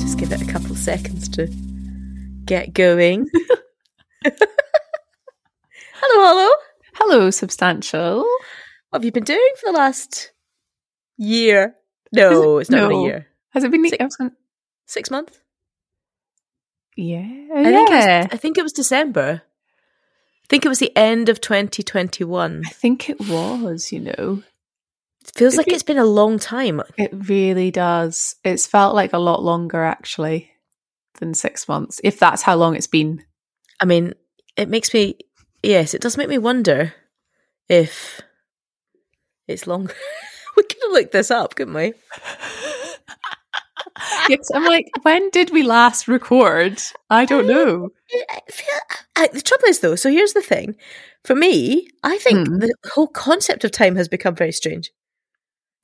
Just give it a couple seconds to get going. hello, hello. Hello, substantial. What have you been doing for the last year? No, it's not been No. a year. Has it been? Six- I was gonna- Six months? yeah, I think, it was, yeah. I think it was December. I think it was the end of 2021. I think it was. You know, It feels Did like we- it's been a long time. it really does. It's felt like a lot longer actually than six months, if that's how long it's been. I mean, it makes me, yes, it does make me wonder if it's longer. we could have looked this up, couldn't we? yes, I'm like, when did we last record? I don't know. I feel, I, the trouble is, though, so here's the thing. For me, I think Hmm. the whole concept of time has become very strange.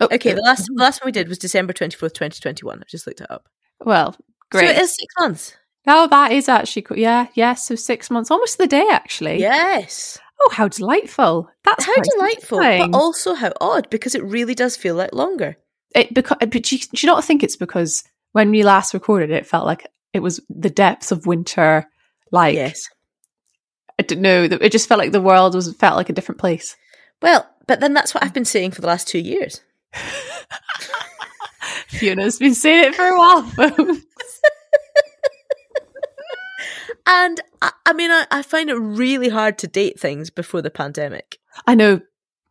Oh, Okay, the last, the last one we did was December 24th, 2021. I've just looked it up. Well, great. So it is six months. No, Oh, that is actually cool. Yeah, yeah. So six months, almost to the day actually. Yes. Oh, how delightful! That's how quite delightful, satisfying. but also how odd because it really does feel like longer. it because but do you, do you not think it's because when we last recorded it, it felt like it was the depths of winter. Like yes. I don't know, th- it just felt like the world was felt like a different place. Well, but then that's Mm. what I've been saying for the last two years. Fiona's been saying it for a while. folks. And I, I mean, I, I find it really hard to date things before the pandemic. I know.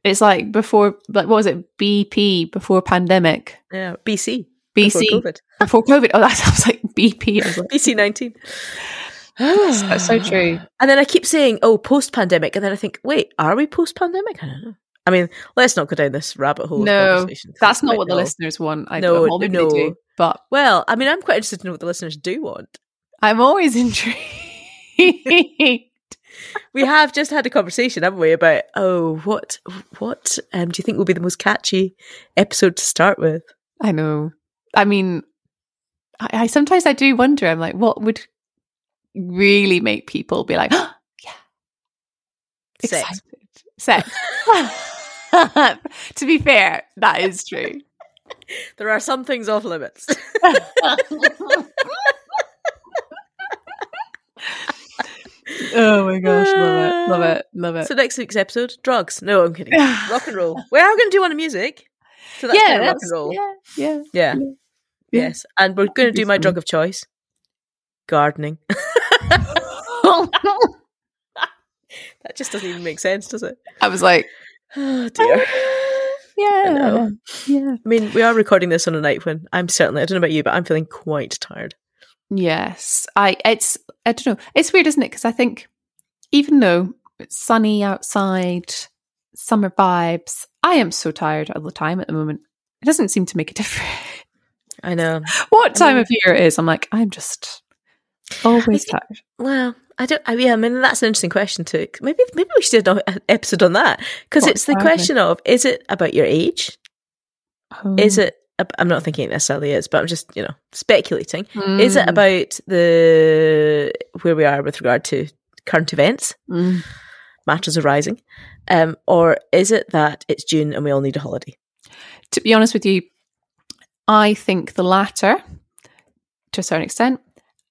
It's like before, like what was it? BP before pandemic, Yeah, BC. BC Before COVID. before COVID. Oh, that sounds like BP. I was like, BC 19. that's so true. And then I keep saying, oh, post pandemic. And then I think, wait, are we post pandemic? I don't know. I mean, let's not go down this rabbit hole. of No, conversation, 'cause that's it's not quite what the dull. listeners want. I No, don't well, maybe they no. do, but Well, I mean, I'm quite interested to know what the listeners do want. I'm always intrigued. we have just had a conversation, haven't we, about oh, what what um, do you think will be the most catchy episode to start with? I know. I mean, I, I sometimes I do wonder. I'm like, what would really make people be like, yeah, Sex. excited, sex? to be fair, that is true. There are some things off limits. oh my gosh, love it, love it, love it. so next week's episode, drugs. No, I'm kidding. rock and roll. We are going to do one of music. So that's yeah, kind of rock that's- and roll. Yeah. yeah, yeah. yeah. Yes, and we're going to That'd be do my fun. drug of choice, gardening. that just doesn't even make sense, does it? I was like, Oh dear. yeah, I know. yeah, I mean, we are recording this on a night when I'm certainly—I don't know about you, but I'm feeling quite tired. yes. I it's I don't know. It's weird, isn't it? Because I think even though it's sunny outside, summer vibes, I am so tired all the time at the moment. It doesn't seem to make a difference. I know. what time mean- of year it is? I'm like, I'm just always think- tired. Well, I don't. I, yeah, I mean that's an interesting question too. Maybe maybe we should do an episode on that because What it's the time question of is it about your age? Oh. Is it? ab- I'm not thinking it necessarily is, but I'm just you know speculating. Is it Mm, about the where we are with regard to current events, mm. matters arising, um, or is it that it's June and we all need a holiday? To be honest with you, I think the latter to a certain extent.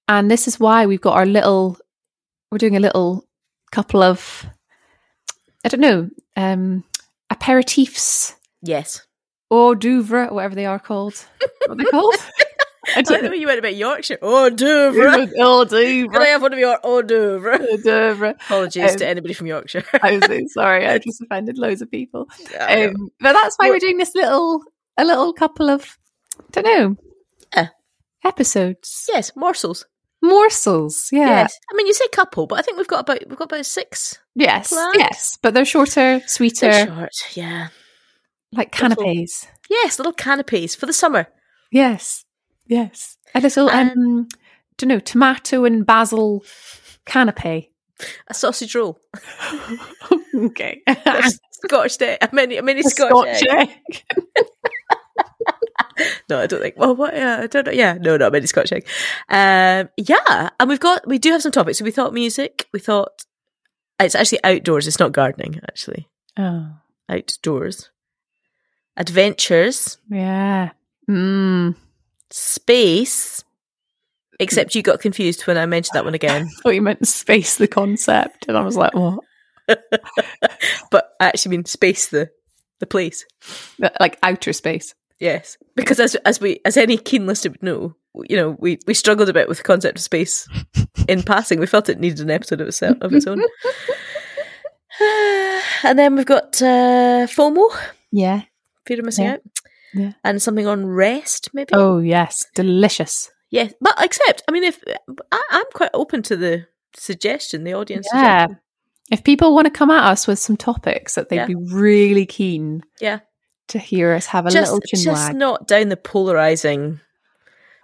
And this is why we've got our little, we're doing a little couple of, I don't know, um, aperitifs, Yes. hors d'oeuvre, whatever they are called. What are they called? I I like don't the know. way you went about Yorkshire. Hors d'oeuvre. Hors Can I d'oeuvre. have one of your oh, hors d'oeuvre? Hors d'oeuvre. Apologies Um, to anybody from Yorkshire. I'm so sorry. I just offended loads of people. Yeah. Um, but that's why we're doing this little, a little couple of, don't know, Eh. Yeah. episodes, yes, morsels. morsels. Yeah. Yes. I mean, you say couple, but I think we've got about we've got about six. Yes. Planned. Yes. But they're shorter, sweeter, They're short, yeah. like Little- canapes. Yes, little canapes for the summer. Yes. Yes. A little, And- um, don't know, tomato and basil canape. A sausage roll. okay. A Scotch day. A mini, a mini A Scotch, Scotch egg. egg. no, I don't think. Well, what? Yeah, I don't know. Yeah, no, no, I meant Scotch egg. Um, yeah, and we've got we do have some topics. So we thought music. We thought it's actually outdoors. It's not gardening. Actually, Oh, outdoors, adventures, yeah. Mm. space. Except you got confused when I mentioned that one again. I thought you meant space the concept, and I was like, what? but I actually mean space the the place. Like outer space. Yes, because as as we as any keen listener would know, you know we we struggled a bit with the concept of space in passing. We felt it needed an episode of its of its own. and then we've got uh, FOMO, Yeah. fear of missing Yeah. out, Yeah. and something on rest maybe. Oh yes, delicious. Yes, but except I mean, if I, I'm quite open to the suggestion, the audience. Yeah. suggestion. If people want to come at us with some topics that they'd Yeah. be really keen Yeah. to hear us have a just little chin just wag. not down the polarizing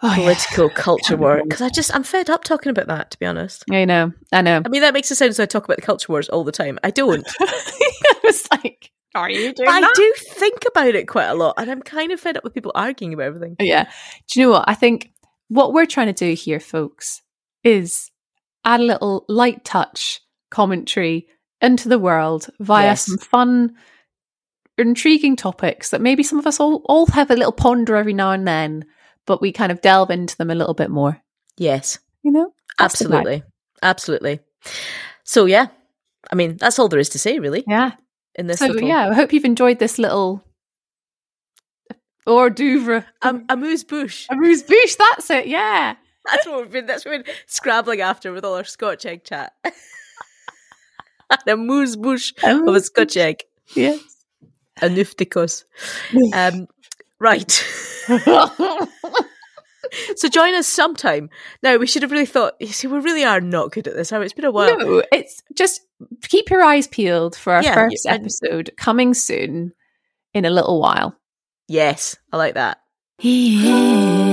Oh, yeah. political culture Can't be war bothered. because I just I'm fed up talking about that. To be honest. I know. I know. I mean, that makes it sound as though I talk about the culture wars all the time. I don't. I was like, are you doing I that? do think about it quite a lot, and I'm kind of fed up with people arguing about everything. Yeah. Do you know what? I think what we're trying to do here, folks, is add a little light touch commentary into the world via Yes. some fun, intriguing topics that maybe some of us all, all have a little ponder every now and then, but we kind of delve into them a little bit more. Yes, You know? That's the vibe. absolutely, absolutely. So yeah, I mean that's all there is to say really Yeah. in this. So, little, yeah, I hope you've enjoyed this little hors d'oeuvre. um, amuse bouche. Amuse bouche, that's it. Yeah. That's what we've been. That's what we've been scrabbling after with all our Scotch egg chat. An amuse bouche of a Scotch egg, Yes. a nufticus. Um, right. So join us sometime. Now we should have really thought. You see, we really are not good at this. Are we? It's been a while. no, it's just keep your eyes peeled for our Yeah, first and- episode coming soon in a little while. Yes, I like that. Yeah.